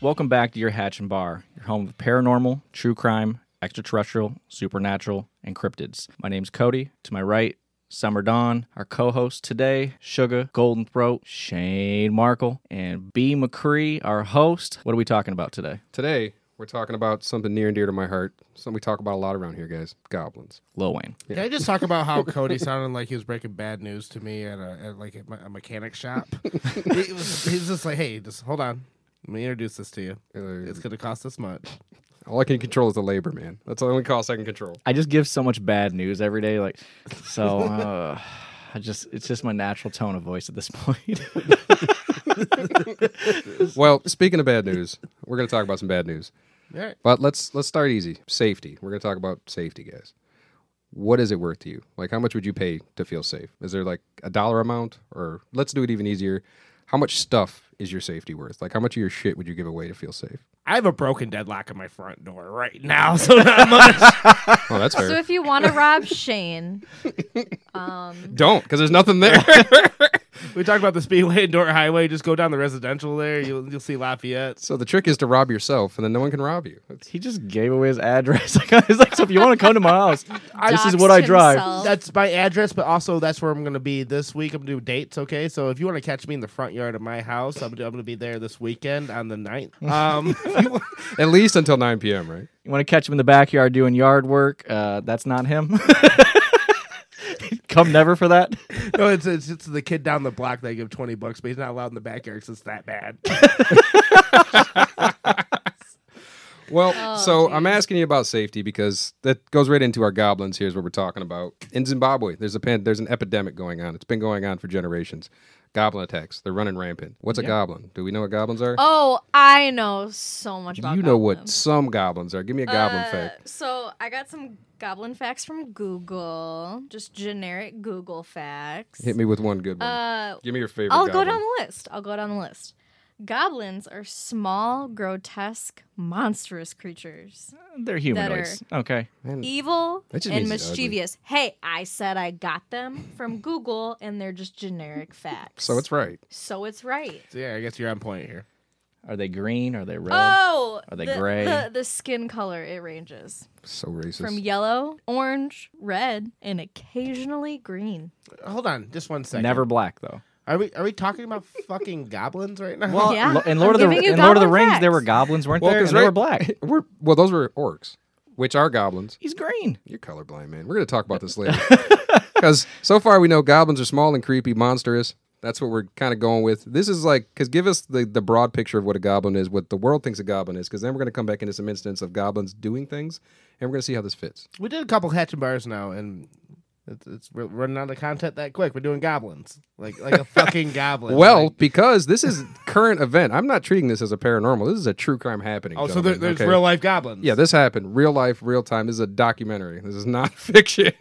Welcome back to your Hatch and Bar, your home of paranormal, true crime, extraterrestrial, supernatural, and cryptids. My name's Cody. To my right, Summer Dawn. Our co-host today, Sugar Golden Throat, Shane Markle, and B McCree, our host. What are we talking about today? Today, we're talking about something near and dear to my heart. Something we talk about a lot around here, guys. Goblins. Lil Wayne. Can I just talk about how Cody sounded like he was breaking bad news to me at a at like a, me- a mechanic shop? he, was, he was just like, "Hey, just hold on. Let me introduce this to you. Uh, It's gonna cost this much." all I can control is the labor, man. That's the only cost I can control. I just give so much bad news every day, like so. Uh, I just it's just my natural tone of voice at this point. Well, speaking of bad news, we're going to talk about some bad news. All right. But let's let's start easy. Safety. We're going to talk about safety, guys. What is it worth to you? Like, how much would you pay to feel safe? Is there like a dollar amount, or let's do it even easier? How much stuff is your safety worth? Like, how much of your shit would you give away to feel safe? I have a broken deadlock on my front door right now, so not much. Oh, that's So fair. if you want to rob Shane, um, Don't, because there's nothing there. we talked about the Speedway and Dort Highway. Just go down the residential there. You'll you'll see Lafayette. so the trick is to rob yourself, and then no one can rob you. That's- he just gave away his address. Like I was like, so if you want to come to my house, this is doxed what I drive. himself. That's my address, but also that's where I'm gonna be this week. I'm doing dates, okay? So if you want to catch me in the front yard of my house, I'm, I'm gonna be there this weekend on the 9th. Um, if you want- At least until 9 p.m., right? You want to catch him in the backyard doing yard work? Uh, that's not him. Come never for that. No, it's it's just the kid down the block that I give twenty bucks, but he's not allowed in the backyard because it's that bad. Well, Oh, so I'm geez. asking you about safety because that goes right into our goblins. Here's what we're talking about. In Zimbabwe, there's a pan- there's an epidemic going on. It's been going on for generations. Goblin attacks. They're running rampant. What's a goblin? Do we know what goblins are? Oh, I know so much you about know what goblins. some goblins are. Give me a goblin Uh, fact. So I got some goblin facts from Google, just generic Google facts. Hit me with one good one. Uh, Give me your favorite. I'll go goblin. down the list. I'll go down the list. Goblins are small, grotesque, monstrous creatures, They're humanoids. Okay. Man, evil That just and means he's ugly. mischievous. Hey, I said I got them from Google, and they're just generic facts. so it's right. so it's right. So yeah, I guess you're on point here. Are they green? Are they red? Oh, Are they the- gray? The, the skin color it ranges So racist. from yellow, orange, red, and occasionally green. Hold on, just one second. Never black though. Are we are we talking about fucking goblins right now? Well, Oh, Yeah, Lo- in Lord I'm of the giving you in Lord of the goblin Rings, there facts. were goblins, weren't Well, there? 'cause And they were right- black. We're well, those were orcs, which are goblins. He's green. You're colorblind, man. We're going to talk about this later. Because so far we know goblins are small and creepy, monstrous. That's what we're kind of going with. This is like, because give us the, the broad picture of what a goblin is, what the world thinks a goblin is, because then we're going to come back into some instance of goblins doing things, and we're going to see how this fits. we did a couple hatch and bars now, and it's, it's we're running out of content that quick. We're doing goblins, like like a fucking goblin. Well, Like- because this is current event, I'm not treating this as a paranormal. This is a true crime happening. oh, so there, gentlemen, there's okay? real life goblins. Yeah, this happened, real life, real time. This is a documentary. This is not fiction.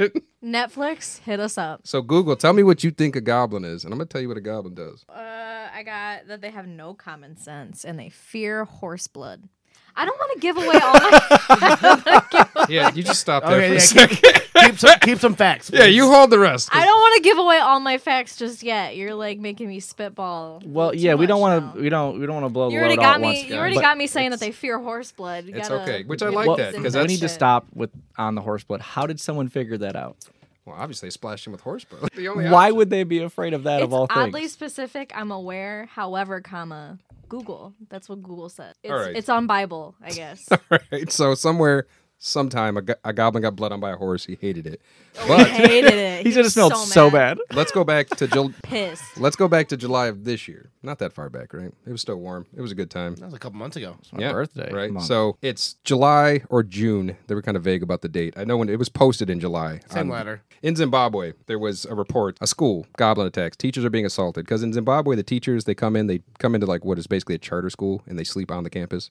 Netflix, hit us up. so Google, tell me what you think a goblin is, and I'm going to tell you what a goblin does. Uh, I got that they have no common sense and they fear horse blood. I don't want to give away all my. Yeah, you just stop there Okay, for a yeah, second. keep some keep some facts. Yeah, you hold the rest. I don't want to give away all my facts just yet. You're like making me spitball. Well, too yeah, we much don't want to. now. We don't. We don't want to blow You the already load all got at me. once, you already guys. got me saying that they fear horse blood. You It's gotta okay, which I give like us that, some 'cause of we need to shit. stop with on the horse blood. How did someone figure that out? Well, obviously, I splashed him with horse blood. The only Why option- would they be afraid of that It's of all oddly things? specific. I'm aware. However, comma Google. That's what Google said. It's, right. it's on Bible, I guess. Right, so somewhere, sometime, a, go- a goblin got blood on by a horse. He hated it. I But hated it. He's gonna was smelled so mad. bad. let's go back to Jul- Pissed. let's go back to July of this year. Not that far back, right? It was still warm. It was a good time. That was a couple months ago. My birthday, right? month. So it's July or June. They were kind of vague about the date. I know when it was posted in July. Same on- ladder. In Zimbabwe, there was a report, a school, goblin attacks. Teachers are being assaulted because in Zimbabwe, the teachers, they come in, they come into like what is basically a charter school and they sleep on the campus.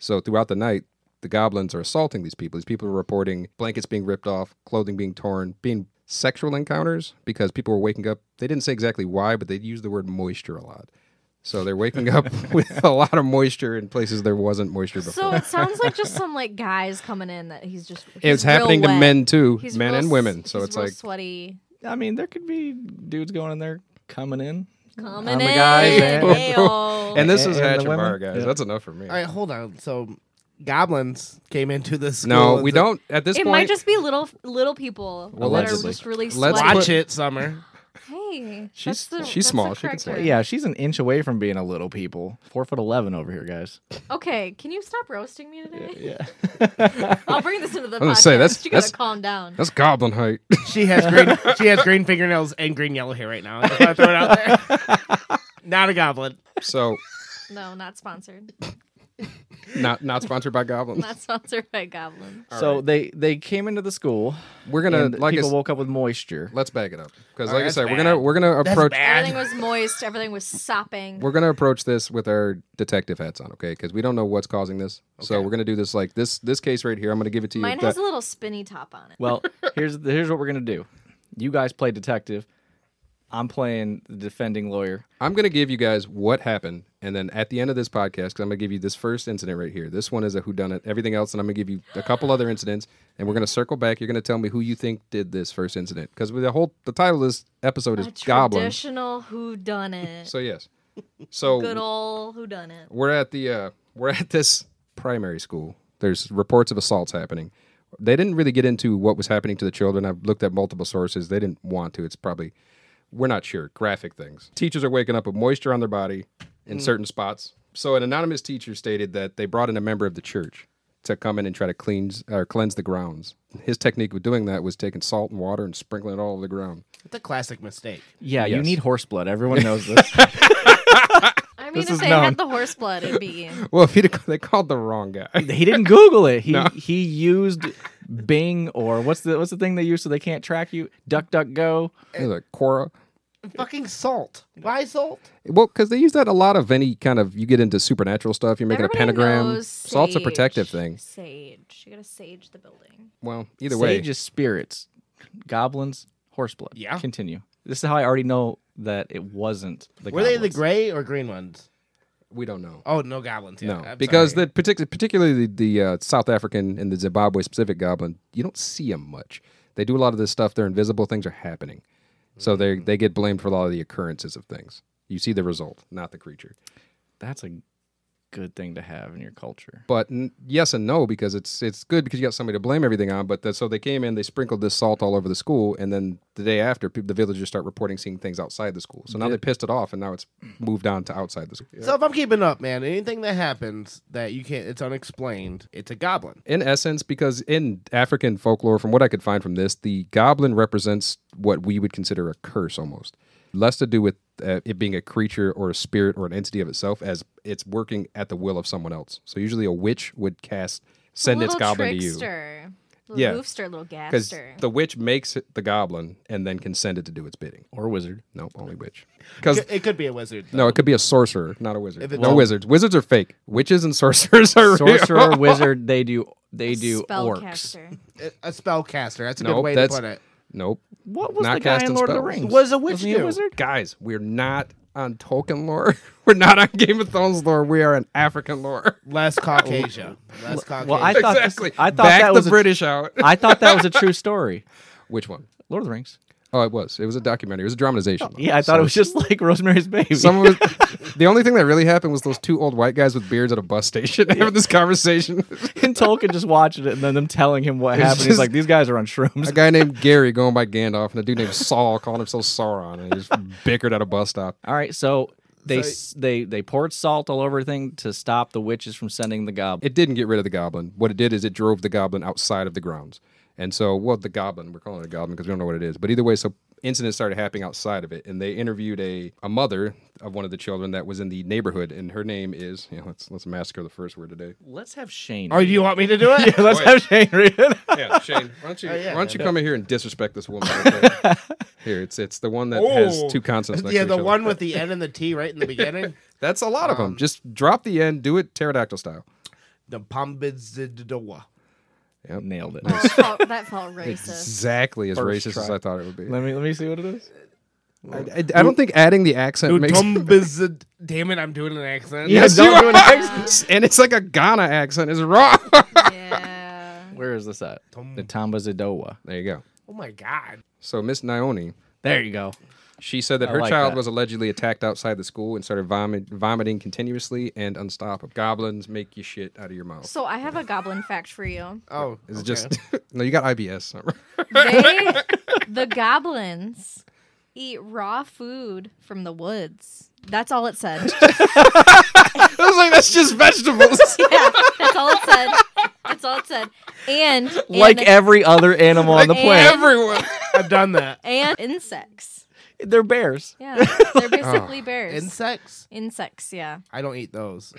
So throughout the night, the goblins are assaulting these people. These people are reporting blankets being ripped off, clothing being torn, being sexual encounters because people were waking up. They didn't say exactly why, but they used the word moisture a lot. So they're waking up with a lot of moisture in places there wasn't moisture before. So it sounds like just some like guys coming in that he's just. it's he's real happening to wet. men too, He's men real and s- women. So he's it's real like sweaty. I mean, there could be dudes going in there coming in. Coming I'm the in. guy, man. Ayo. And this And- is and the Hatch and women? Bar, guys. Yeah. That's enough for me. All right, hold on. So goblins came into this. no, school we and said, don't. At this it point, might just be little little people Well, that are allegedly. just really Let's sweaty. Watch put- it, Summer. Hey, She's- that's the, she's that's small, The she can correct sweat. word. Yeah, she's an inch away from being a little people. Four foot eleven over here, guys. Okay, can you stop roasting me today? Yeah. I'll bring this into the I was gonna podcast. say, that's- you that's- gotta calm down. that's goblin height. She has green. she has green fingernails and green yellow hair right now. I just want to throw it out there. Not a goblin. so No, not sponsored. not not sponsored by goblins. Not sponsored by Goblin. so they they came into the school. We're gonna and like I, people s- woke up with moisture. let's back it up because like All right, I that's said, we're bad. gonna we're gonna That's approach bad. Everything was moist. Everything was sopping. we're gonna approach this with our detective hats on, okay? Because we don't know what's causing this. So Okay. we're gonna do this like this this case right here. I'm gonna give it to you. Mine The- has a little spinny top on it. Well, here's here's what we're gonna do. You guys play detective. I'm playing the defending lawyer. I'm going to give you guys what happened, and then at the end of this podcast, 'cause I'm going to give you this first incident right here. This one is a whodunit. Everything else, and I'm going to give you a couple other incidents, and we're going to circle back. You're going to tell me who you think did this first incident, because the whole the title of this episode is A goblins. traditional who done it. So yes, so Good old who done it. we're at the uh, we're at this primary school. There's reports of assaults happening. They didn't really get into what was happening to the children. I've looked at multiple sources. They didn't want to. It's probably we're not sure. Graphic things. Teachers are waking up with moisture on their body Mm. in certain spots. So an anonymous teacher stated that they brought in a member of the church to come in and try to cleanse or cleanse the grounds. His technique of doing that was taking salt and water and sprinkling it all over the ground. It's a classic mistake. Yeah, you Yes. need horse blood. Everyone knows this. I mean, This if is they known. had the horse blood, it'd be. Well, if he'd have, they called the wrong guy. he didn't Google it. He he used Bing or what's the what's the thing they use so they can't track you? Duck Duck Go. It was like Cora. Fucking salt. Why salt? Well, because they use that a lot of any kind of you get into supernatural stuff. You're making Everybody a pentagram. knows Salt's a sage. protective thing. Sage. You gotta sage the building. Well, either way, Sage is spirits, goblins, horse blood. Yeah. Continue. This is how I already know that it wasn't the. Were they the goblins. gray or green ones? we don't know. Oh, no goblins. Yeah, no, I'm because sorry. the partic- particularly the, the uh, South African and the Zimbabwe specific goblin, you don't see them much. They do a lot of this stuff. They're invisible. Things are happening, so they Hmm. they get blamed for a lot of the occurrences of things. You see the result, not the creature. That's a good thing to have in your culture. But n- yes and no because it's it's good because you got somebody to blame everything on. But that, so they came in, they sprinkled this salt all over the school, and then the day after, people, the villagers start reporting seeing things outside the school. So now they pissed it off, and now it's moved on to outside the school. So if I'm keeping up, man, anything that happens that you can't, it's unexplained. It's a goblin. in essence, because in African folklore, from what I could find from this, the goblin represents what we would consider a curse almost. Less to do with uh, it being a creature or a spirit or an entity of itself, as it's working at the will of someone else. So usually a witch would cast, send its little goblin to you. trickster. Little Yeah. goofster, little Because gaster. the witch makes it the goblin and then can send it to do its bidding. Or wizard. Nope, only witch. Because, It could be a wizard. though. no, it could be a sorcerer, not a If wizard. it- No Well- wizards. Wizards are fake. Witches and sorcerers are real. Sorcerer, wizard. They do they do orcs. Spellcaster. A- a spellcaster. That's a good Nope, way to that's- put it. Nope. What was Not the guy in casting Lord of the spells. Rings? What does a witch Wasn't he a do? wizard? Guys, we're not on Tolkien lore. We're not on Game of Thrones lore. We are on African lore. Less Caucasia. Oh. Less Caucasia. Well, I thought Exactly. I thought Back that the was a- British out. I thought that was a true story. Which one? Lord of the Rings. Oh, it was. It was a documentary. It was a dramatization. Yeah, I thought it was just like Rosemary's Baby. Some of it, the only thing that really happened was those two old white guys with beards at a bus station having this conversation. and Tolkien just watching it and then them telling him what It's happened. He's just- like, these guys are on a shrooms. guy named Gary going by Gandalf and a dude named Saul calling himself Sauron and he just bickered at a bus stop. All right, so they s they they poured salt all over everything to stop the witches from sending the goblin. It didn't get rid of the goblin. What it did is it drove the goblin outside of the grounds. And so, well, the goblin, we're calling it a goblin because we don't know what it is. But either way, so incidents started happening outside of it. And they interviewed a, a mother of one of the children that was in the neighborhood. And her name is, you know, let's, let's massacre the first word today. Let's have Shane. oh, you want me to do it? Let's have Shane read it. Yeah, Shane, why don't you, Oh, yeah, why don't you man. come in here and disrespect this woman? real quick? here, it's it's the one that has Oh. two consonants next yeah, to each the other. one Um, with the N and the T right in the beginning. That's a lot of them. Just drop the end, do it pterodactyl style. the Pombizidoa. Nailed it. That felt- that felt racist. Exactly as First racist as try. I thought it would be. let me let me see what it is. I, I- I don't think adding the accent Dude, makes Tombizid- Damn it, I'm doing an accent. Yes, Yes, you don't do an are. And it's like a Ghana accent is wrong. Yeah. Where is this at? Tom- The Tamba Zadowa. There you go. Oh my god. So Miss Naomi, There you go. She said that I her like child that. was allegedly attacked outside the school and started vomit, vomiting continuously and unstoppable. Goblins make you shit out of your mouth. So I have a goblin fact for you. Oh, It's okay. just no. You got IBS. They, the goblins eat raw food from the woods. That's all it said. I was like, that's just vegetables. yeah, that's all it said. That's all it said. And and- Like every other animal on the And- planet, Everyone. I've done that. and insects. they're bears. Yeah, Oh, they're basically bears. Insects? Insects, yeah, I don't eat those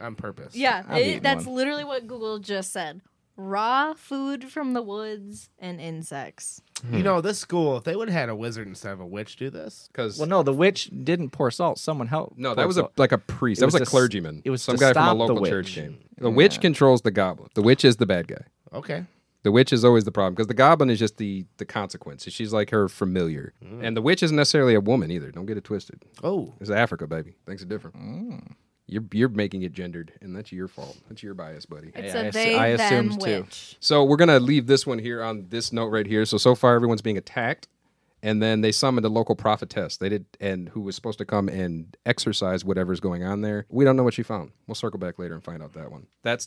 on purpose. yeah. I've it- eaten that's one. literally what Google just said: raw food from the woods and insects. Hmm. You know, this school, if they would have had a wizard instead of a witch do this, Because Well, no, the witch didn't pour salt. Someone helped. no, pour that was a salt. like a priest. It That was, was a to s- clergyman. it was some to guy from a stop the local witch. church game. The witch controls the goblin. The witch is the bad guy. okay. The witch is always the problem because the goblin is just the the consequence. She's like her familiar, Mm. and the witch isn't necessarily a woman either. Don't get it twisted. Oh, It's Africa, baby. Things are different. Mm. You're you're making it gendered, and that's your fault. That's your bias, buddy. It's Yeah, I a assu- they I them assumed too. witch. So we're gonna leave this one here on this note right here. So so far everyone's being attacked, and then they summoned a local prophetess. They did, and who was supposed to come and exercise whatever's going on there. We don't know what she found. We'll circle back later and find out that one. That's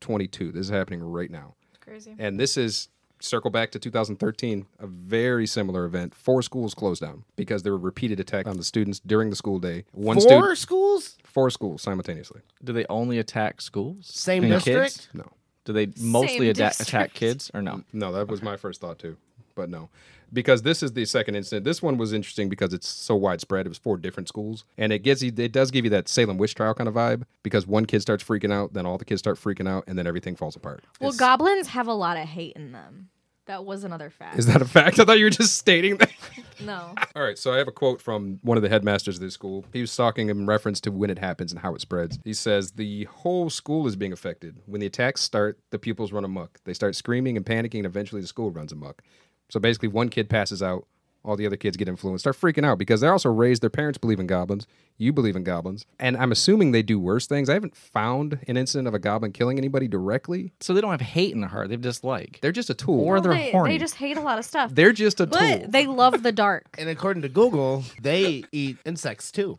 2022. This is happening right now, Crazy. and this is circle back to 2013. A very similar event. Four schools closed down because there were repeated attacks on the students during the school day. One four student, schools? four schools simultaneously. Do they only attack schools? Same And district? Kids? No. Do they mostly Same ada- district. attack kids or no? No, that was my first thought too. But no, because this is the second incident. This one was interesting because it's so widespread. It was four different schools, and it gives you, it does give you that Salem witch trial kind of vibe. Because one kid starts freaking out, then all the kids start freaking out, and then everything falls apart. Well, It's- goblins have a lot of hate in them. That was another fact. is that a fact? I thought you were just stating that. no. All right, so I have a quote from one of the headmasters of this school. He was talking in reference to when it happens and how it spreads. He says, The whole school is being affected. When the attacks start, the pupils run amok. They start screaming and panicking, and eventually the school runs amok. So basically, one kid passes out, all the other kids get influenced, start freaking out because they're also raised, their parents believe in goblins, you believe in goblins, and I'm assuming they do worse things. I haven't found an incident of a goblin killing anybody directly. So they don't have hate in their heart. They have dislike. They're just a tool. Or- they're they, horny. they just hate a lot of stuff. they're just a but tool. they love the dark. And according to Google, they eat insects too.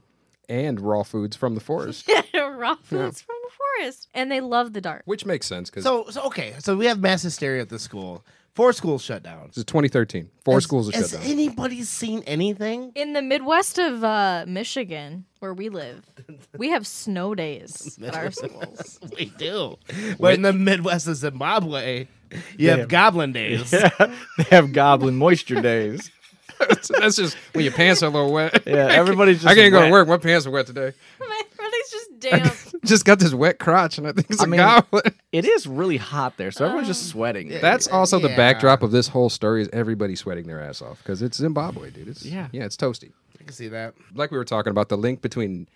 and raw foods from the forest, Raw foods from the forest. And they love the dark. which makes sense because So, so okay, so we have mass hysteria at the school. Four schools shut down. This is 2013. Four Has- schools are shut has down. anybody seen anything? In the Midwest of uh, Michigan, where we live, we have snow days at our schools. We do. But in the Midwest of Zimbabwe, you have goblin days. they have goblin moisture days. That's just when your pants are a little wet. Yeah, everybody's just I can't go to wet. work. My pants are wet today. My everything's just damp. Just got this wet crotch, and I think it's a mean- goblin. It is really hot there, so everyone's just sweating. That's also the Yeah. backdrop of this whole story is everybody sweating their ass off because it's Zimbabwe, dude. It's Yeah. yeah, it's toasty. I can see that. Like we were talking about, the link between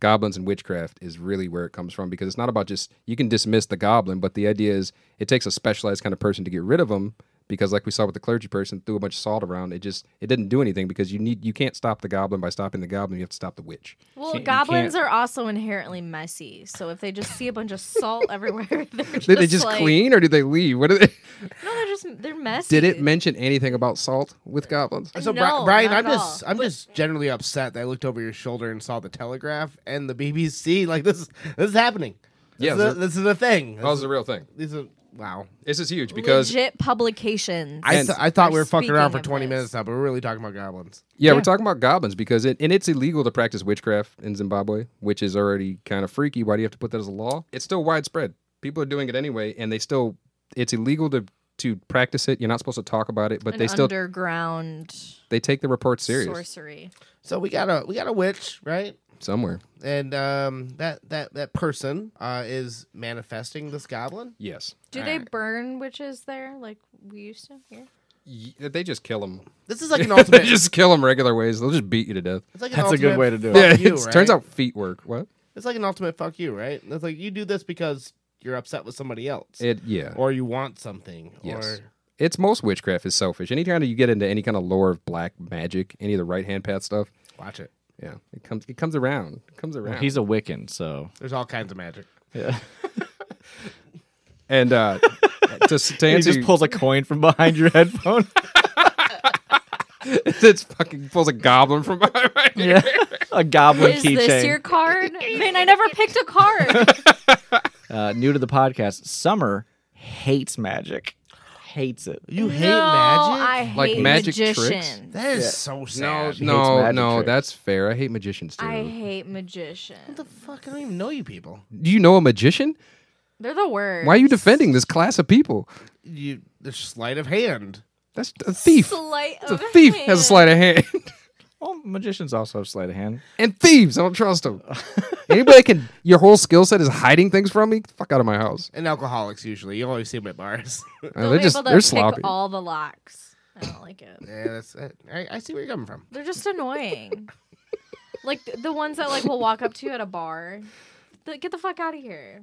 goblins and witchcraft is really where it comes from because it's not about just you can dismiss the goblin, but the idea is it takes a specialized kind of person to get rid of them because like we saw with the clergy person threw a bunch of salt around it just it didn't do anything because you need you can't stop the goblin by stopping the goblin you have to stop the witch Well, Can't- you goblins can't- are also inherently messy. So if they just see a bunch of salt everywhere, they're just, Did they just like- clean or did they leave? What did they? No, they're just they're messy. Did it mention anything about salt with goblins? So Bri- No, Brian, not I'm at just all. I'm just generally upset that I looked over your shoulder and saw the telegraph and the BBC. Like this this is happening. This Yeah, is they're- a, this is a thing. That This, was the real thing. these are wow. This is huge because legit publications. I, And- th- I thought we We're were fucking around speaking for of 20 this. minutes now, but we're really talking about goblins. yeah, we're talking about goblins because it and it's illegal to practice witchcraft in Zimbabwe, which is already kind of freaky. Why do you have to put that as a law? It's still widespread. People are doing it anyway, and they still it's illegal to to practice it. You're not supposed to talk about it, but an they still underground they take the reports serious sorcery. So we got a we got a witch, right? somewhere. And um, that that that person uh, is manifesting this goblin. Yes, Do they burn witches there like we used to here? Y- they just kill them. This is like an they ultimate. just kill them regular ways. They'll just beat you to death. it's like an That's a good ultimate way to do it. fuck Yeah, you, it turns right? out feet work. What? It's like an ultimate fuck you, right? It's like you do this because you're upset with somebody else, It yeah. or you want something. Yes. Or, It's most witchcraft is selfish. Anytime you get into any kind of lore of black magic, any of the right hand path stuff, watch it. yeah, it comes it comes around. It comes around. He's a Wiccan, so There's all kinds of magic. and uh to, to he answer just you- pulls a coin from behind your headphone. it's fucking pulls a goblin from behind. Yeah. A goblin Is this keychain. your card? Man, I never picked a card. uh, new to the podcast, Summer hates magic. Hates it. You hate no, magic? I Like hate magic tricks? magicians. That is so No, sad. no, magic no, tricks. that's fair. I hate magicians too. I hate magicians. What the fuck? I don't even know you people. Do you know a magician? They're the worst. Why are you defending this class of people? You, the sleight of hand. That's a thief. Sleight It's a of thief has a hand. sleight of hand. Well, magicians also have sleight of hand. And thieves, I don't trust them. Anybody can your whole skill set is hiding things from me? Fuck out of my house. And alcoholics usually. You always see them at bars. yeah, Uh, They'll they're be just able to they're pick sloppy. all the locks. I don't like it. that's. I, I see where you're coming from. They're just annoying. like th- the ones that like will walk up to you at a bar. Th- Get the fuck out of here.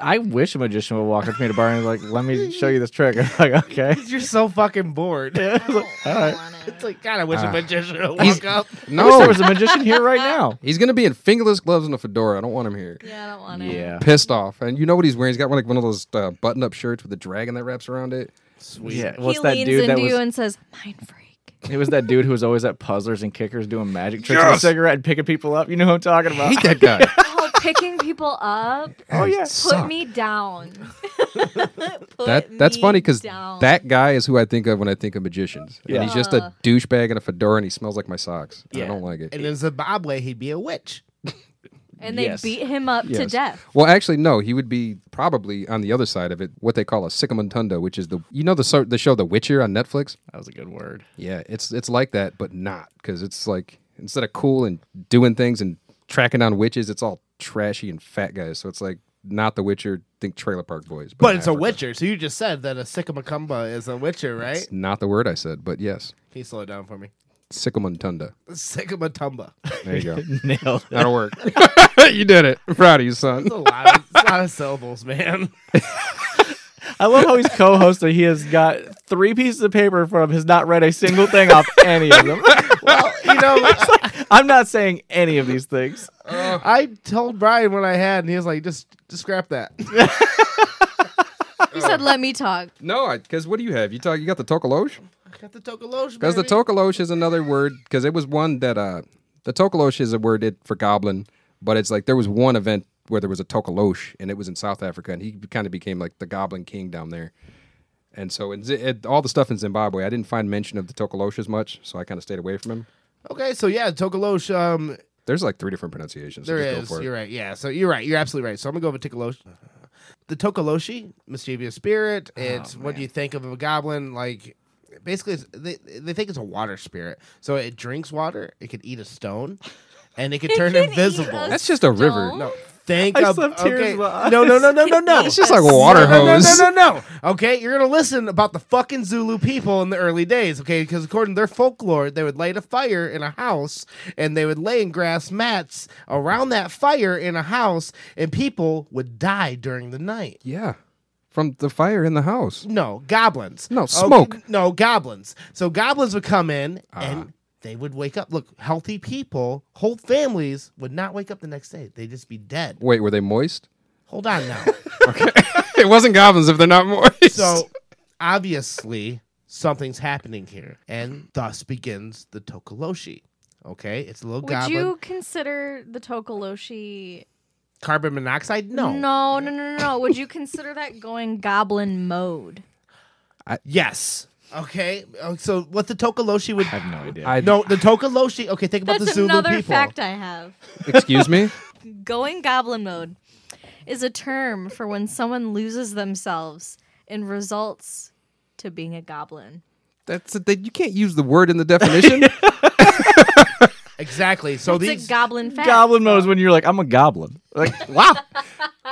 I wish a magician would walk up to me at a bar and be like, let me show you this trick. I'm like, okay. You're so fucking bored. Yeah. I was like, I don't all right. want it. It's like God. I wish Ah. a magician would He's- walk up. I wish there No, was Oh. a magician here right now. he's gonna be in fingerless gloves and a fedora. I don't want him here. yeah, I don't want it. Yeah. Pissed off, and you know what he's wearing? He's got one like one of those uh, button-up shirts with a dragon that wraps around it. Sweet. Yeah. What's he that leans dude into that was you and says, "Mind freak." It was that dude who was always at puzzlers and kickers doing magic tricks with a Yes! cigarette and picking people up. You know who I'm talking I about. hate that guy. Oh, picking people up. Oh, yeah. Put Put me down. Put That that's me funny because down. that guy is who I think of when I think of magicians. Yeah. And he's just a douchebag in a fedora, and he smells like my socks. And I Yeah. don't like it. And in Zimbabwe, he'd be a witch. and they Yes. beat him up to Yes. death. Well, actually, no. He would be probably on the other side of it, what they call a sickamuntundo, which is the you know the so- the show The Witcher on Netflix. That was a good word. Yeah, it's it's like that, but not because it's like instead of cool and doing things and tracking down witches, it's all trashy and fat guys. So it's like not The Witcher. Think Trailer Park Boys, But in it's a Africa. witcher. So you just said that a sycamacumba is a witcher, right? It's not the word I said, but yes, Can you slow it down for me? sickamuntundo. Sycamatumba. That's There you go. Nailed it. That'll work. you did it. I'm proud of you, son. a lot of, it's a lot of syllables, man. I love how he's co-hosted. He has got three pieces of paper in front of him, has not read a single thing off any of them. Well, you know, I'm not saying any of these things. I told Brian what I had, and he was like, "Just, just scrap that." You said, "Let me talk." No, because what do you have? You talk. You got the tokolosh. Got the tokolosh, Because the baby. tokolosh is another word. Because it was one that uh, the tokolosh is a word it, for goblin, but it's like there was one event where there was a tokolosh, and it was in South Africa, and he kind of became like the goblin king down there. And so, in, Zi- it, all the stuff in Zimbabwe, I didn't find mention of the tokolosh as much, so I kind of stayed away from him. Okay, so yeah, tokolosh. Um, There's like three different pronunciations. so there just is. Go for it. You're right. Yeah, so you're right. You're absolutely right. So I'm gonna go with tokolosh. The tokoloshi, mischievous spirit. Oh, It's what you think of a goblin. Like, basically, it's, they they think it's a water spirit. So it drinks water. It could eat a stone, and it could turn can eat invisible. a That's just a river. stone? No, think I of slept tears okay. in my eyes. No, no, no, no, no, no. It's just like a water no, no, hose. no, no, no, no. Okay, you're gonna listen about the fucking Zulu people in the early days. Okay, because according to their folklore, they would light a fire in a house, and they would lay in grass mats around that fire in a house, and people would die during the night. Yeah, from the fire in the house. No, goblins. No, Okay, smoke. Ah. no, goblins. So goblins would come in and they would wake up. Look, healthy people, whole families would not wake up the next day. They'd just be dead. Wait, were they moist? Hold on now. it wasn't goblins if they're not moist. So obviously something's happening here, and thus begins the Tokoloshi. Okay, it's a little Would goblin. you consider the Tokoloshi? Carbon monoxide? No. no, no, no, no, no. Would you consider that going goblin mode? Yes. Okay. Oh, So what the Tokoloshi would? I have no idea. I No, the Tokoloshi. Okay, think about That's the Zulu another people. fact I have. excuse me. Going goblin mode is a term for when someone loses themselves and results to being a goblin. That's that you can't use the word in the definition. Exactly. So It's these. a goblin fact. goblin mode is when you're like, I'm a goblin. Like, wow.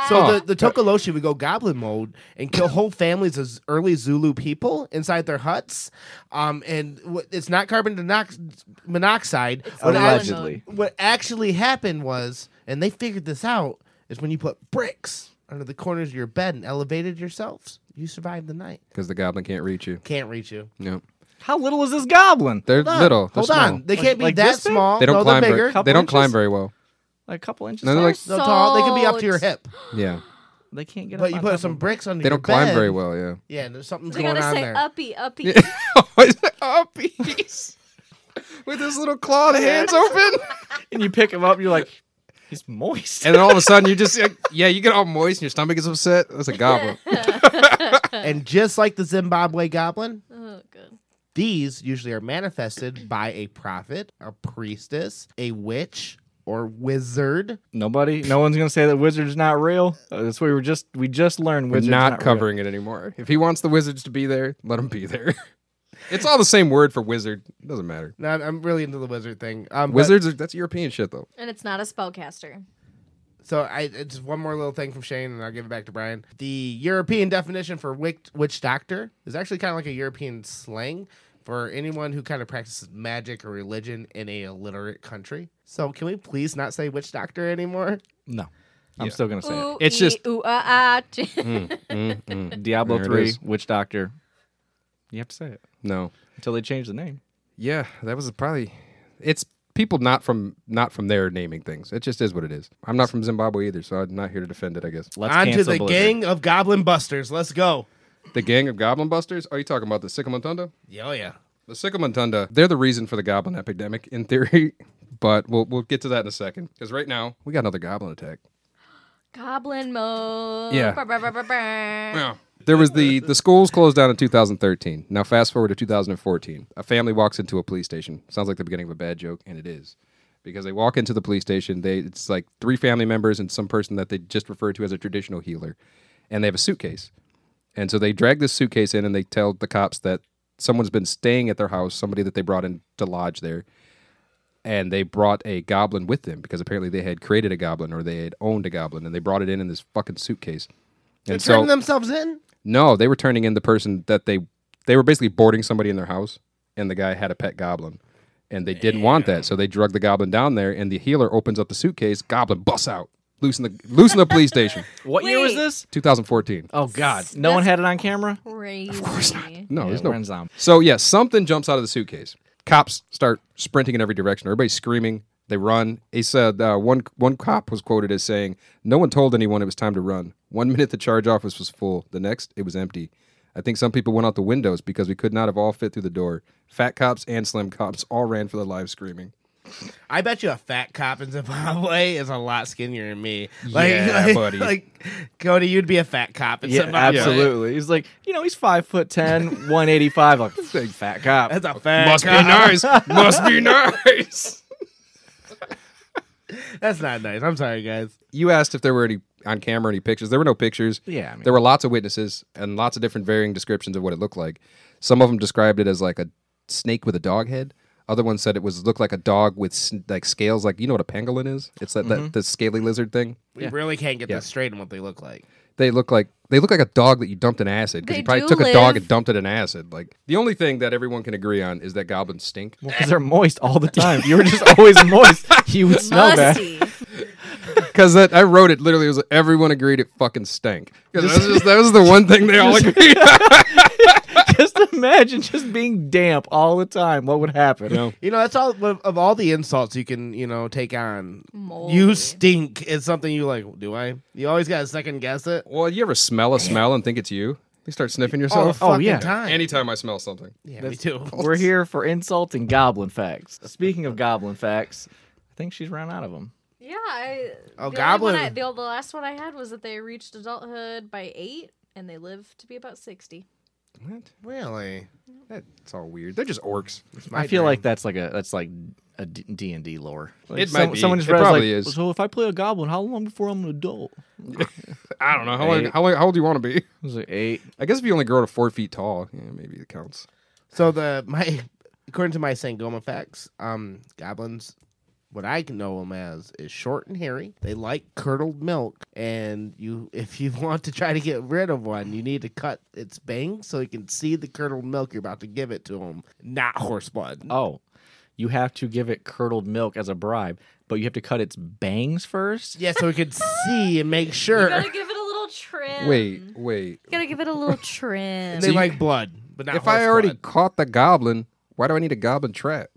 so Oh. the, the Tokoloshi would go goblin mode and kill whole families of early Zulu people inside their huts. Um, and wh- it's not carbon monox- monoxide. What I- Allegedly. what actually happened was, and they figured this out, is when you put bricks under the corners of your bed and elevated yourselves, you survived the night. Because the goblin can't reach you. Can't reach you. No, How little is this goblin? they're Hold on, little. They're Hold small. on. They Like- can't be like that this big? small. They don't no, climb. they're Very, bigger. Couple they don't climb inches? very well. Like a couple inches. No, they're high? like- They're tall. They can be up to your hip. Yeah, they can't get But up you on put top some of- bricks under they your don't climb bed. very well. Yeah. Yeah, and there's something They going gotta on say there. uppy, uppy. It's like, oh, peace. With his little clawed hands open. and you pick him up, you're like, he's moist. And then all of a sudden, you just, like, yeah, you get all moist and your stomach is upset. That's a goblin. And just like the Zimbabwe goblin, Oh, good. these usually are manifested by a prophet, a priestess, a witch, or wizard. Nobody, no one's gonna say that wizard's not real. Uh, That's what we were just we just learned. We're Wizard's not, real. covering it anymore. If he wants the wizards to be there, let them be there. it's all the same word for wizard. It doesn't matter. Now, I'm- I'm really into the wizard thing. Um, but- Wizards are, that's European shit, though. And it's not a spellcaster. So I it's one more little thing from Shane, and I'll give it back to Brian. The European definition for witch, witch doctor is actually kind of like a European slang for anyone who kind of practices magic or religion in a illiterate country. So can we please not say witch doctor anymore? No, I'm Yeah. still gonna say Ooh, It's ee, just- ooh, ah, ah. Hmm. it. Diablo There it three, is. Witch Doctor. You have to say it No. until they change the name. Yeah, that was probably. It's people not from not from there naming things. It just is what it is. I'm not from Zimbabwe either, so I'm not here to defend it. I guess Let's On to cancel the Blizzard. gang of goblin busters. Let's go. the gang of Goblin Busters. Are you talking about the Sycamantunda? Yeah, Oh yeah. The Sycamantunda. They're the reason for the Goblin epidemic in theory, but we'll we'll get to that in a second. Because right now we got another Goblin attack. Goblin mode. Yeah. Brr, brr, brr, brr, brr. There was the the schools closed down in 2013. Now fast forward to 2014. A family walks into a police station. Sounds like the beginning of a bad joke, and it is. Because they walk into the police station, they it's like three family members and some person that they just referred to as a traditional healer, and they have a suitcase. And so they drag this suitcase in and they tell the cops that someone's been staying at their house, somebody that they brought in to lodge there. And they brought a goblin with them because apparently they had created a goblin or they had owned a goblin and they brought it in in this fucking suitcase. They're And turning themselves in. no, they were turning in the person that they they were basically boarding somebody in their house, and the guy had a pet goblin, and they didn't want that, so they drug the goblin down there, and the healer opens up the suitcase, goblin busts out, loosen the loosen the police station, What year was Wait. this? 2014. Oh God, no That's- one had it on camera. Crazy. No, Yeah, there's no Ren's on. So yeah, something jumps out of the suitcase. Cops start sprinting in every direction. Everybody's screaming. They run. He said uh, one one cop was quoted as saying, "No one told anyone it was time to run. One minute the charge office was full. The next it was empty. I think some people went out the windows because we could not have all fit through the door. Fat cops and slim cops all ran for their lives screaming. I bet you a fat cop in Zimbabwe is a lot skinnier than me. Like, Yeah, like, buddy. Like Cody, you'd be a fat cop in Yeah, Zimbabwe. absolutely. He's like, you know, he's five foot ten, 185, like fat cop. That's a fat Must be cop. nice. Must be nice." That's not nice. I'm sorry, guys. you asked if there were any on camera any pictures. There were no pictures. Yeah, I mean- there were lots of witnesses and lots of different varying descriptions of what it looked like. Some of them described it as like a snake with a dog head. Other ones said it was looked like a dog with sn- like scales, like you know what a pangolin is. It's that, Mm-hmm. that the scaly lizard thing. We really can't get Yeah. this straight on what they look like. They look like they look like a dog that you dumped in acid because They you probably do took a dog live- and dumped it in acid. Like the only thing that everyone can agree on is that goblins stink. because they're moist all the time. If You were just always moist. You would smell bad. Musty. Because that I wrote it literally it was everyone agreed it fucking stank. 'Cause that was just- that was the one thing they all agreed. on. just imagine just being damp all the time. What would happen? You know, that's all of, of all the insults you can, you know, take on. Moldy. You stink is something you like. Do I? You always got to second guess it. Well, you ever smell a smell and think it's you? You start sniffing All the yourself. Oh, fucking yeah. time. Anytime I smell something. yeah, me too. We're here for insult and goblin facts. Speaking of goblin facts, I think she's run out of them. Yeah. I, Oh, the only one goblin. I, the, the last one I had was that they reached adulthood by eight and they live to be about 60. What? Really? That's all weird. They're just orcs. My I feel dream. like that's like a that's like a D and D lore. Like It might be. Someone just It read, probably like, is. So if I play a goblin, how long before I'm an adult? I don't know. How, Hey. long, how, long, how old do you want to be? I was like eight. I guess if you only grow to four feet tall, yeah, maybe it counts. so. The my according to my Sangoma facts, um, goblins. What I know them as is short and hairy. They like curdled milk, and you, if you want to try to get rid of one, you need to cut its bangs so you can see the curdled milk you're about to give it to them. Not horse blood. Oh, you have to give it curdled milk as a bribe, but you have to cut its bangs first. Yeah, so we could see and make sure. Gotta give it a little trim. Wait, wait. Gotta give it a little trim. they like blood, but not If I horse already blood. caught the goblin, why do I need a goblin trap?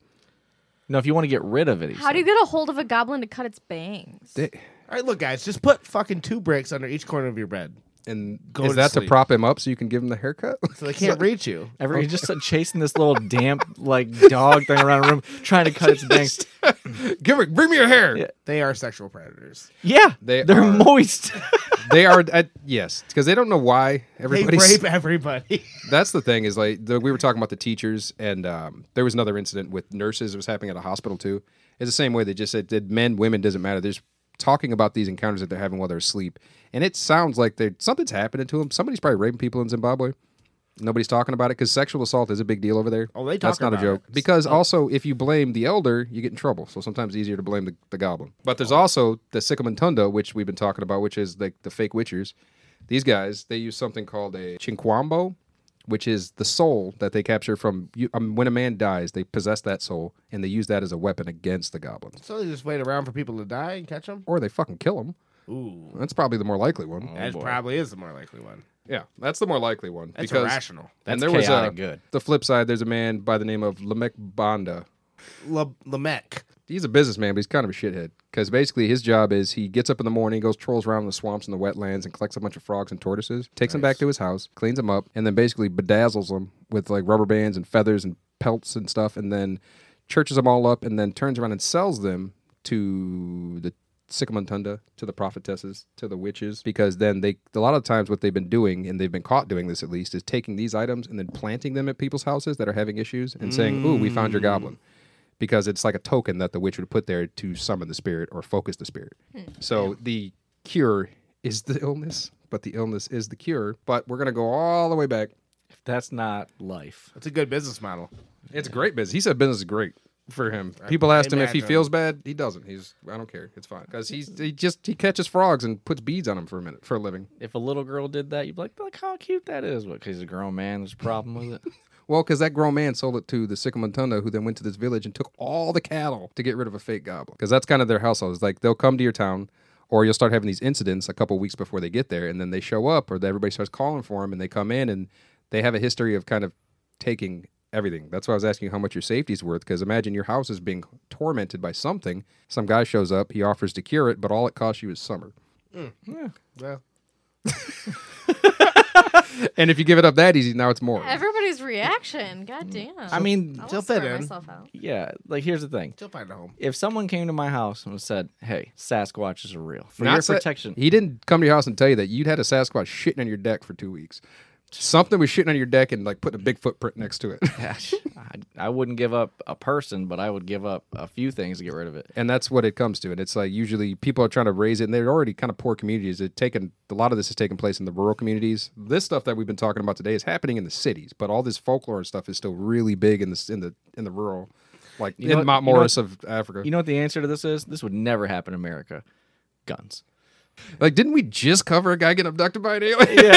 No, if you want to get rid of it, he How do said. you get a hold of a goblin to cut its bangs? They- All right, look, guys, just put fucking two bricks under each corner of your bed. And Go is to that to sleep. prop him up so you can give him the haircut? so they can't reach you. Every, he's just uh, chasing this little damp like dog thing around the room, trying to cut its bangs. give her, bring me your hair. Yeah. They are sexual predators. Yeah, They they are are- moist. They are at yes because they don't know why They everybody's. rape everybody. That's the thing is like the, we were talking about the teachers and um, there was another incident with nurses. It was happening at a hospital too. It's the same way they just said that men, women doesn't matter. They're just talking about these encounters that they're having while they're asleep, and it sounds like they something's happening to them. Somebody's probably raping people in Zimbabwe. Nobody's talking about it because sexual assault is a big deal over there. Oh, they That's talk not a about joke. it. Because also, if you blame the elder, you get in trouble. So sometimes it's easier to blame the, the goblin. But Oh. there's also the Sicamuntundo, which we've been talking about, which is like the fake witchers. These guys, they use something called a chinquambo, which is the soul that they capture from you, um, when a man dies. They possess that soul and they use that as a weapon against the goblins, so they just wait around for people to die and catch them. or they fucking kill them. Ooh, That's probably the more likely one. that boy. probably is the more likely one. Yeah, that's the more likely one That's irrational. That's and there was a, chaotic good. The flip side, there's a man by the name of Lamech Banda. La- Lamech. he's a businessman, but he's kind of a shithead. Because basically, his job is he gets up in the morning, goes trolls around in the swamps and the wetlands, and collects a bunch of frogs and tortoises, takes them back to his house, cleans them up, and then basically bedazzles them with like rubber bands and feathers and pelts and stuff, and then churches them all up, and then turns around and sells them to the Sycamantunda, to the prophetesses, to the witches, because then they a lot of times what they've been doing, and they've been caught doing this at least, is taking these items and then planting them at people's houses that are having issues and saying, "Ooh, we found your goblin." because it's like a token that the witch would put there to summon the spirit or focus the spirit. So the cure is the illness, but the illness is the cure. But we're gonna go all the way back. If that's not life. That's a good business model. It's great business. He said business is great for him. People asked him if he imagine. feels bad. He doesn't. He's I don't care. It's fine because he's he just he catches frogs and puts beads on them for a minute for a living. If a little girl did that, you'd be like, "Look how cute that is." What? Because he's a grown man. There's a problem with it. Well, because that grown man sold it to the Sycamantunda, who then went to this village and took all the cattle to get rid of a fake goblin. Because that's kind of their household. It's like they'll come to your town, or you'll start having these incidents a couple weeks before they get there, and then they show up, or everybody starts calling for them, and they come in, and they have a history of kind of taking everything. That's why I was asking how much your safety's worth. Because imagine your house is being tormented by something. Some guy shows up, he offers to cure it, but all it costs you is summer. Well, And if you give it up that easy, now it's more. Everybody's reaction. God damn. I mean, I Still will fit throw in. myself out. yeah. Like, here's the thing. she'll find a home. If someone came to my house and said, "Hey, Sasquatches are real," for Not your sa- protection, He didn't come to your house and tell you that you'd had a Sasquatch shitting on your deck for two weeks. Something was shitting on your deck and like putting a big footprint next to it. Gosh, I, I wouldn't give up a person, but I would give up a few things to get rid of it. and that's what it comes to. And it's like usually people are trying to raise it, and they're already kind of poor communities. It taken a lot of this has taken place in the rural communities. This stuff that we've been talking about today is happening in the cities, but all this folklore and stuff is still really big in the in the in the rural, like know in what- Mount you know what- Morris of Africa. You know what the answer to this is? This would never happen in America. Guns. like, didn't we just cover a guy getting abducted by an alien?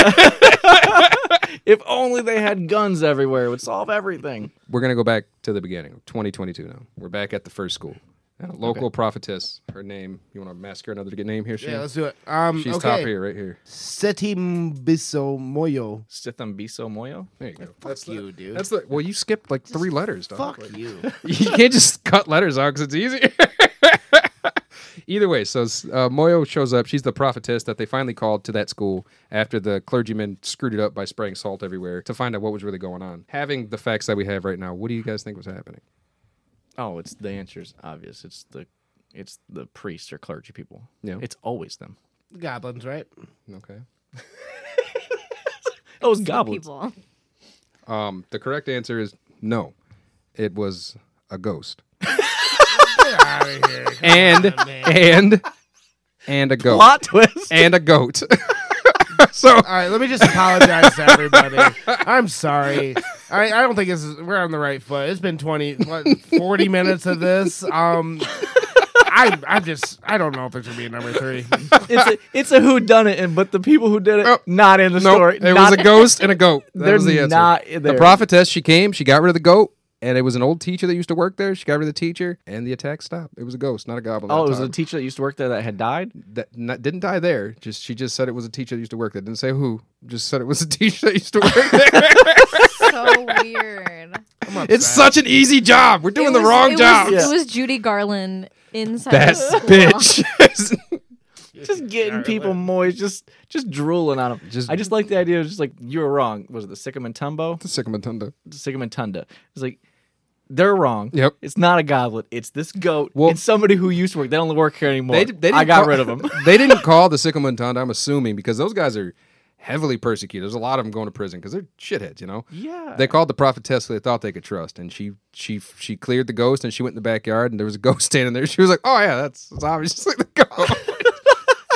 If only they had guns everywhere, it would solve everything. we're gonna go back to the beginning, 2022. Now we're back at the first school. And a local prophetess, her name. You want to mask her another good name here? Shane? Yeah, let's do it. Um, She's okay. top here, right here. Seti Mbiso Moyo. Sithambiso Moyo? There you go. Fuck you, dude. That's the well. You skipped like three letters. Dog. Fuck Like, you. you can't just cut letters out because it's easier. Either way, so uh, Moyo shows up. She's the prophetess that they finally called to that school after the clergyman screwed it up by spraying salt everywhere to find out what was really going on. Having the facts that we have right now, what do you guys think was happening? Oh, it's the answer's obvious. It's the it's the priests or clergy people. Yeah. It's always them. Goblins, right? Okay. Oh, it's goblins. People. Um, the correct answer is no. It was a ghost. Get out of here. And man. and and a goat. Plot twist. And a goat. so All right, let me just apologize to everybody. I'm sorry. I, I don't think this is, we're on the right foot. It's been 20, what, 40 minutes of this. Um, I, I'm just, I don't know if there should be a number three. it's a it's a who done it and but the people who did it Oh. not in the no, story. it Not- was a ghost and a goat. That They're was the answer. not The there. prophetess, she came, she got rid of the goat, and it was an old teacher that used to work there. She got rid of the teacher, and the attack stopped. It was a ghost, not a goblin. Oh, that it was a time. teacher that used to work there that had died? that not, didn't die there. Just she just said it was a teacher that used to work there. Didn't say who. Just said it was a teacher that used to work there. So weird. it's such an easy job. We're doing It the was- wrong it job. Was, Yeah. It was Judy Garland inside. That's the school. bitch. just getting people moist, just just drooling on them. Just- I just like the idea of just like you were wrong. Was it the Sycamore The Sycamore Sigamantunda? It's like they're wrong. Yep. It's not a goblet. It's this goat. Well- it's somebody who used to work. They don't work here anymore. They, they didn't I got call- rid of them. they didn't call the Sycamore Tunda, I'm assuming, because those guys are heavily persecuted. There's a lot of them going to prison because they're shitheads, you know? yeah. They called the prophetess who they thought they could trust, and she she she cleared the ghost, and she went in the backyard, and there was a ghost standing there. She was like, "Oh yeah, that's, that's obviously the goat."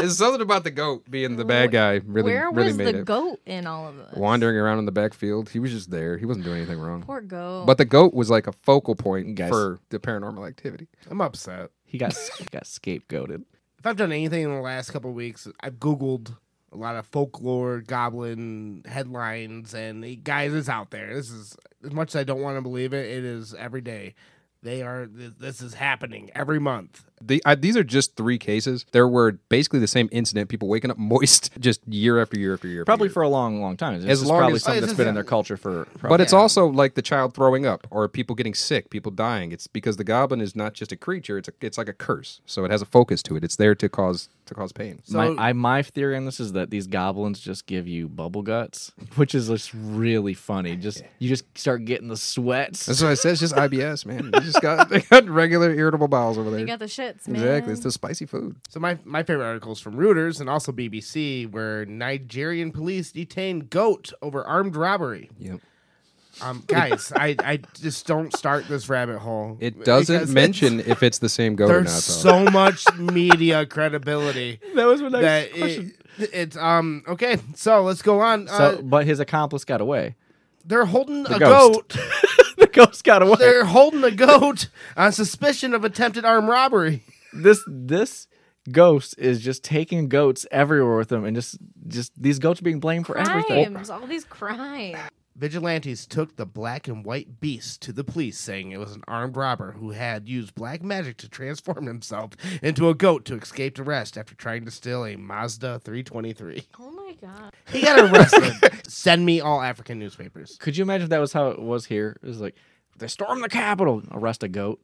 There's something about the goat being the bad guy really Where really was made the it. goat in all of this? Wandering around in the backfield, he was just there. He wasn't doing anything wrong. Poor goat. But the goat was like a focal point Guys. for the paranormal activity. I'm upset. he got he got scapegoated. If I've done anything in the last couple of weeks, I've Googled a lot of folklore, goblin headlines, and it- guys, it's out there. This is, as much as I don't want to believe it, it is every day. They are, th- this is happening every month. The, I, these are just three cases. There were basically the same incident: people waking up moist, just year after year after year. after Probably year. for a long, long time. It's As just long probably as- something Oh, that's it's been just- in their culture for. But it's Yeah. also like the child throwing up or people getting sick, people dying. It's because the goblin is not just a creature; it's a, it's like a curse. So it has a focus to it. It's there to cause to cause pain. So, my I, my theory on this is that these goblins just give you bubble guts, which is just really funny. Just you just start getting the sweats. That's what I said. It's just IBS, man. They just got they got regular irritable bowels over you there. got the shits, man. Exactly. It's the spicy food. so my, my favorite articles from Reuters and also BBC were Nigerian police detain goat over armed robbery. Yep. Um, guys, I, I just don't start this rabbit hole. It doesn't Because mention if it's the same goat or not. There's So. so much media credibility. that was what that it, it's um okay. So let's go on. So, uh, but his accomplice got away. they're holding a ghost. goat. the ghost got away. They're holding a goat on suspicion of attempted armed robbery. This this ghost is just taking goats everywhere with him, and just just these goats are being blamed for everything. Crimes, all these crimes. Vigilantes took the black and white beast to the police, saying it was an armed robber who had used black magic to transform himself into a goat to escape arrest after trying to steal a Mazda 323. Oh my god. He got arrested. Send me all African newspapers. Could you imagine if that was how it was here? It was like they stormed the Capitol, arrest a goat.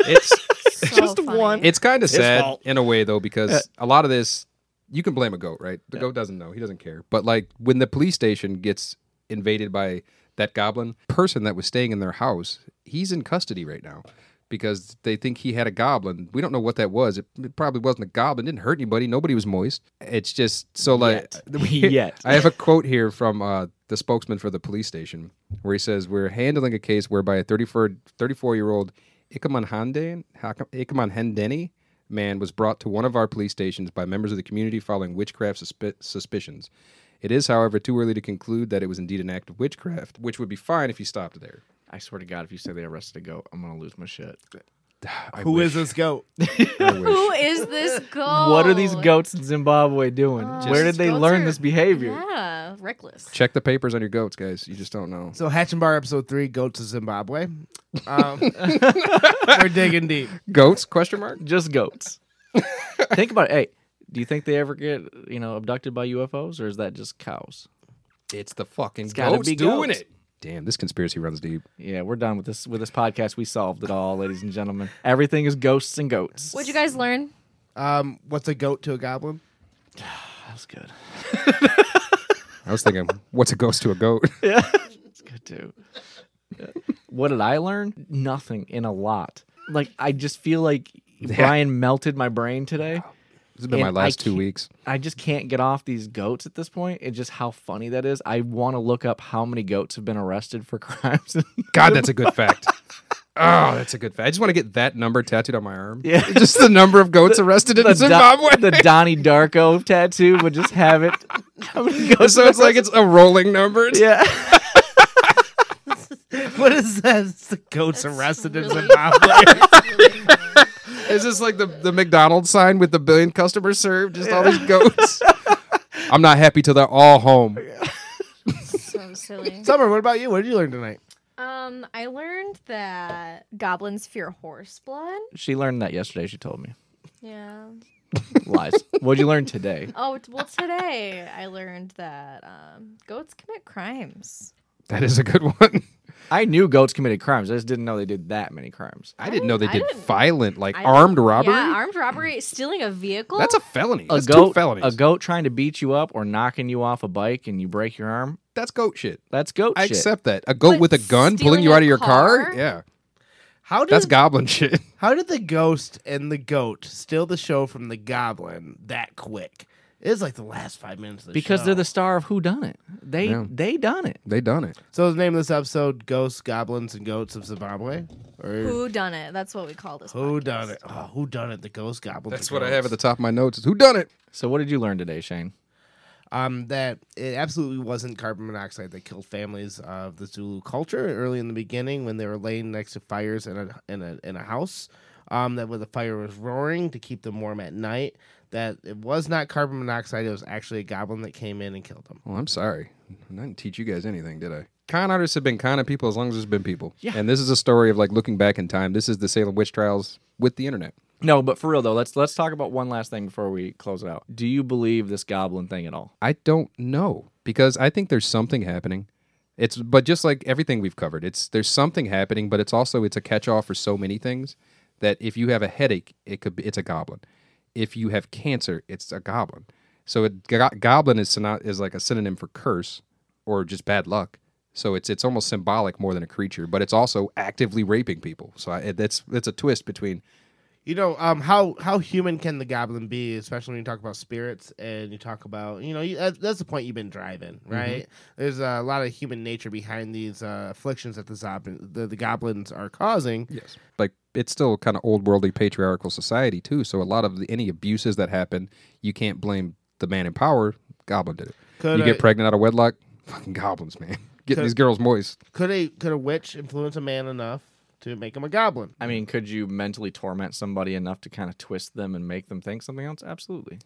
It's So Just funny. one. it's kind of sad fault. in a way though because a lot of this you can blame a goat right the goat doesn't know he doesn't care but like when the police station gets invaded by that goblin person that was staying in their house he's in custody right now because they think he had a goblin we don't know what that was it, it probably wasn't a goblin didn't hurt anybody nobody was moist it's just so like Yet. I have a quote here from uh, the spokesman for the police station where he says, We're handling a case whereby a 34 year old Ikamanhandeni man was brought to one of our police stations by members of the community following witchcraft suspi- suspicions. It is, however, too early to conclude that it was indeed an act of witchcraft, which would be fine if he stopped there. I swear to God, if you say they arrested a goat, I'm gonna lose my shit. I Who wish, is this goat? I wish. Who is this goat? What are these goats in Zimbabwe doing? Oh, Where did these they Oh. goats learn are- this behavior? Yeah, reckless. Check the papers on your goats, guys. You just don't know. So Hatch and Bar episode three, goats of Zimbabwe. Um, we're digging deep. Goats? Question mark? Just goats. Think about it. Hey, do you think they ever get, you know, abducted by UFOs or is that just cows? It's the fucking gotta goats be doing goats. it. Damn, this conspiracy runs deep. Yeah, we're done with this with this podcast. We solved it all, ladies and gentlemen. Everything is ghosts and goats. What'd you guys learn? Um, what's a goat to a goblin? That was good. I was thinking, what's a ghost to a goat? It's good too. Yeah. what did I learn? Nothing in a lot. Like I just feel like Brian melted my brain today. This has been And my I last two can't- weeks. I just can't get off these goats at this point. It's just how funny that is. I want to look up how many goats have been arrested for crimes. God, that's a good fact. Oh, that's a good fact. I just want to get that number tattooed on my arm. Yeah. just the number of goats arrested in the Do- Zimbabwe. the Donnie Darko tattoo would just have it. How many goats? so it's like it's a rolling number. It's- Yeah. What is that? It's the goats That's arrested in really- Zimbabwe. It's just like the, the McDonald's sign with the billion customers served, just all these goats. I'm not happy till they're all home. so silly. Summer, what about you? What did you learn tonight? Um, I learned that goblins fear horse blood. She learned that yesterday. She told me Yeah. lies. What'd you learn today? Oh, t- well, today I learned that um, goats commit crimes. That is a good one. I knew goats committed crimes. I just didn't know they did that many crimes. I didn't know they I did didn't- violent, like I- armed robbery. Yeah, armed robbery, stealing a vehicle. That's a felony. A That's two goat, felonies. a goat trying to beat you up or knocking you off a bike and you break your arm. That's goat shit. That's goat I shit. accept that. A goat But with a gun pulling stealing you a out of your car. car? Mm. Yeah, How did that's goblin shit. how did the ghost and the goat steal the show from the goblin that quick? It was like the last five minutes of the because show. they're the star of who done it. They Yeah. they done it. They done it. So the name of this episode: Ghosts, Goblins, and Goats of Zimbabwe. Or who done it? That's what we call this. who podcast. done it? Oh, who done it? The ghost goblins. That's and what I goats. have at the top of my notes. Is who done it? So what did you learn today, Shane? um, that it absolutely wasn't carbon monoxide that killed families of the Zulu culture early in the beginning when they were laying next to fires in a in a in a house. Um, that when the fire was roaring to keep them warm at night, that it was not carbon monoxide. It was actually a goblin that came in and killed them. Well, I'm sorry. I didn't teach you guys anything, did I? Con artists have been conning people as long as there's been people. Yeah. And this is a story of like looking back in time. This is the Salem witch trials with the internet. No, but for real though, let's let's talk about one last thing before we close it out. Do you believe this goblin thing at all? I don't know because I think there's something happening. It's but just like everything we've covered, it's there's something happening, but it's also it's a catch-all for so many things that if you have a headache, it could be it's a goblin. If you have cancer, it's a goblin. So it, go- goblin is syno- is like a synonym for curse or just bad luck. So it's it's almost symbolic more than a creature, but it's also actively raping people. So I, it, that's that's a twist between You know, um, how how human can the goblin be, especially when you talk about spirits and you talk about, you know, you, that, that's the point you've been driving, right? There's a lot of human nature behind these uh, afflictions that the, zob- the the goblins are causing. Yes. Like it's still kind of old worldly patriarchal society too. So a lot of the, any abuses that happen, you can't blame the man in power. Goblin did it. Could you get I- pregnant out of wedlock, fucking goblins, man. Getting Could- these girls moist. Could a could a witch influence a man enough to make him a goblin? I mean, could you mentally torment somebody enough to kind of twist them and make them think something else? Absolutely.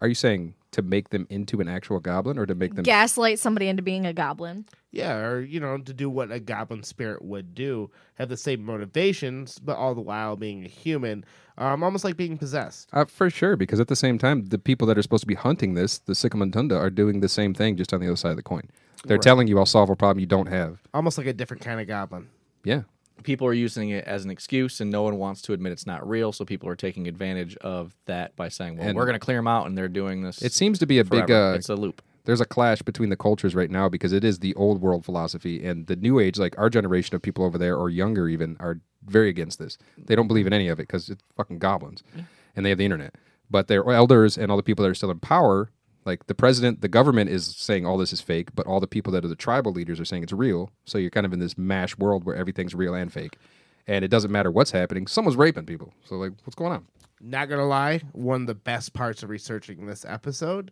Are you saying to make them into an actual goblin or to make them Gaslight somebody into being a goblin. Yeah, or you know, to do what a goblin spirit would do, have the same motivations, but all the while being a human, um, almost like being possessed. Uh, for sure, because at the same time, the people that are supposed to be hunting this, the Sikamundunda, are doing the same thing just on the other side of the coin. They're telling you, I'll solve a problem you don't have. Almost like a different kind of goblin. Yeah. People are using it as an excuse, and no one wants to admit it's not real. So people are taking advantage of that by saying, "Well, And- we're going to clear them out," and they're doing this. It seems to be a forever. big uh, it's a loop. there's a clash between the cultures right now because it is the old world philosophy and the new age like our generation of people over there or younger even are very against this they don't believe in any of it because it's fucking goblins and they have the internet but their elders and all the people that are still in power like the president the government is saying all this is fake but all the people that are the tribal leaders are saying it's real so you're kind of in this mash world where everything's real and fake and it doesn't matter what's happening someone's raping people so like what's going on Not gonna lie, one of the best parts of researching this episode.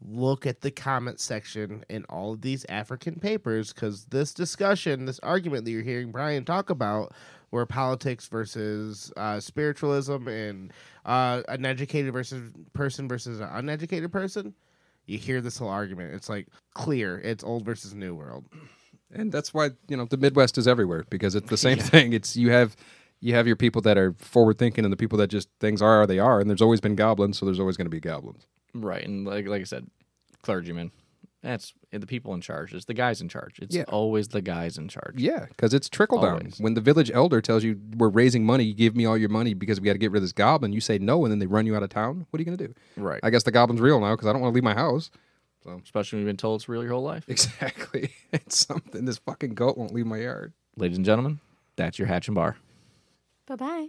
Look at the comment section in all of these African papers because this discussion, this argument that you're hearing Brian talk about, where politics versus uh, spiritualism and uh, an educated versus person versus an uneducated person, you hear this whole argument. It's like clear. It's old versus new world. and that's why you know the Midwest is everywhere because it's the same thing. It's you have you have your people that are forward thinking and the people that just things are how they are, and there's always been goblins, so there's always going to be goblins. Right, and like like I said, clergymen. That's eh, the people in charge. It's the guys in charge. It's Yeah. always the guys in charge. Yeah, because it's trickle down. Always. When the village elder tells you we're raising money, give me all your money because we got to get rid of this goblin, you say no, and then they run you out of town. What are you going to do? Right. I guess the goblin's real now because I don't want to leave my house. Especially when you've been told it's real your whole life. Exactly. it's something. This fucking goat won't leave my yard. Ladies and gentlemen, that's your hatch and bar. Bye bye.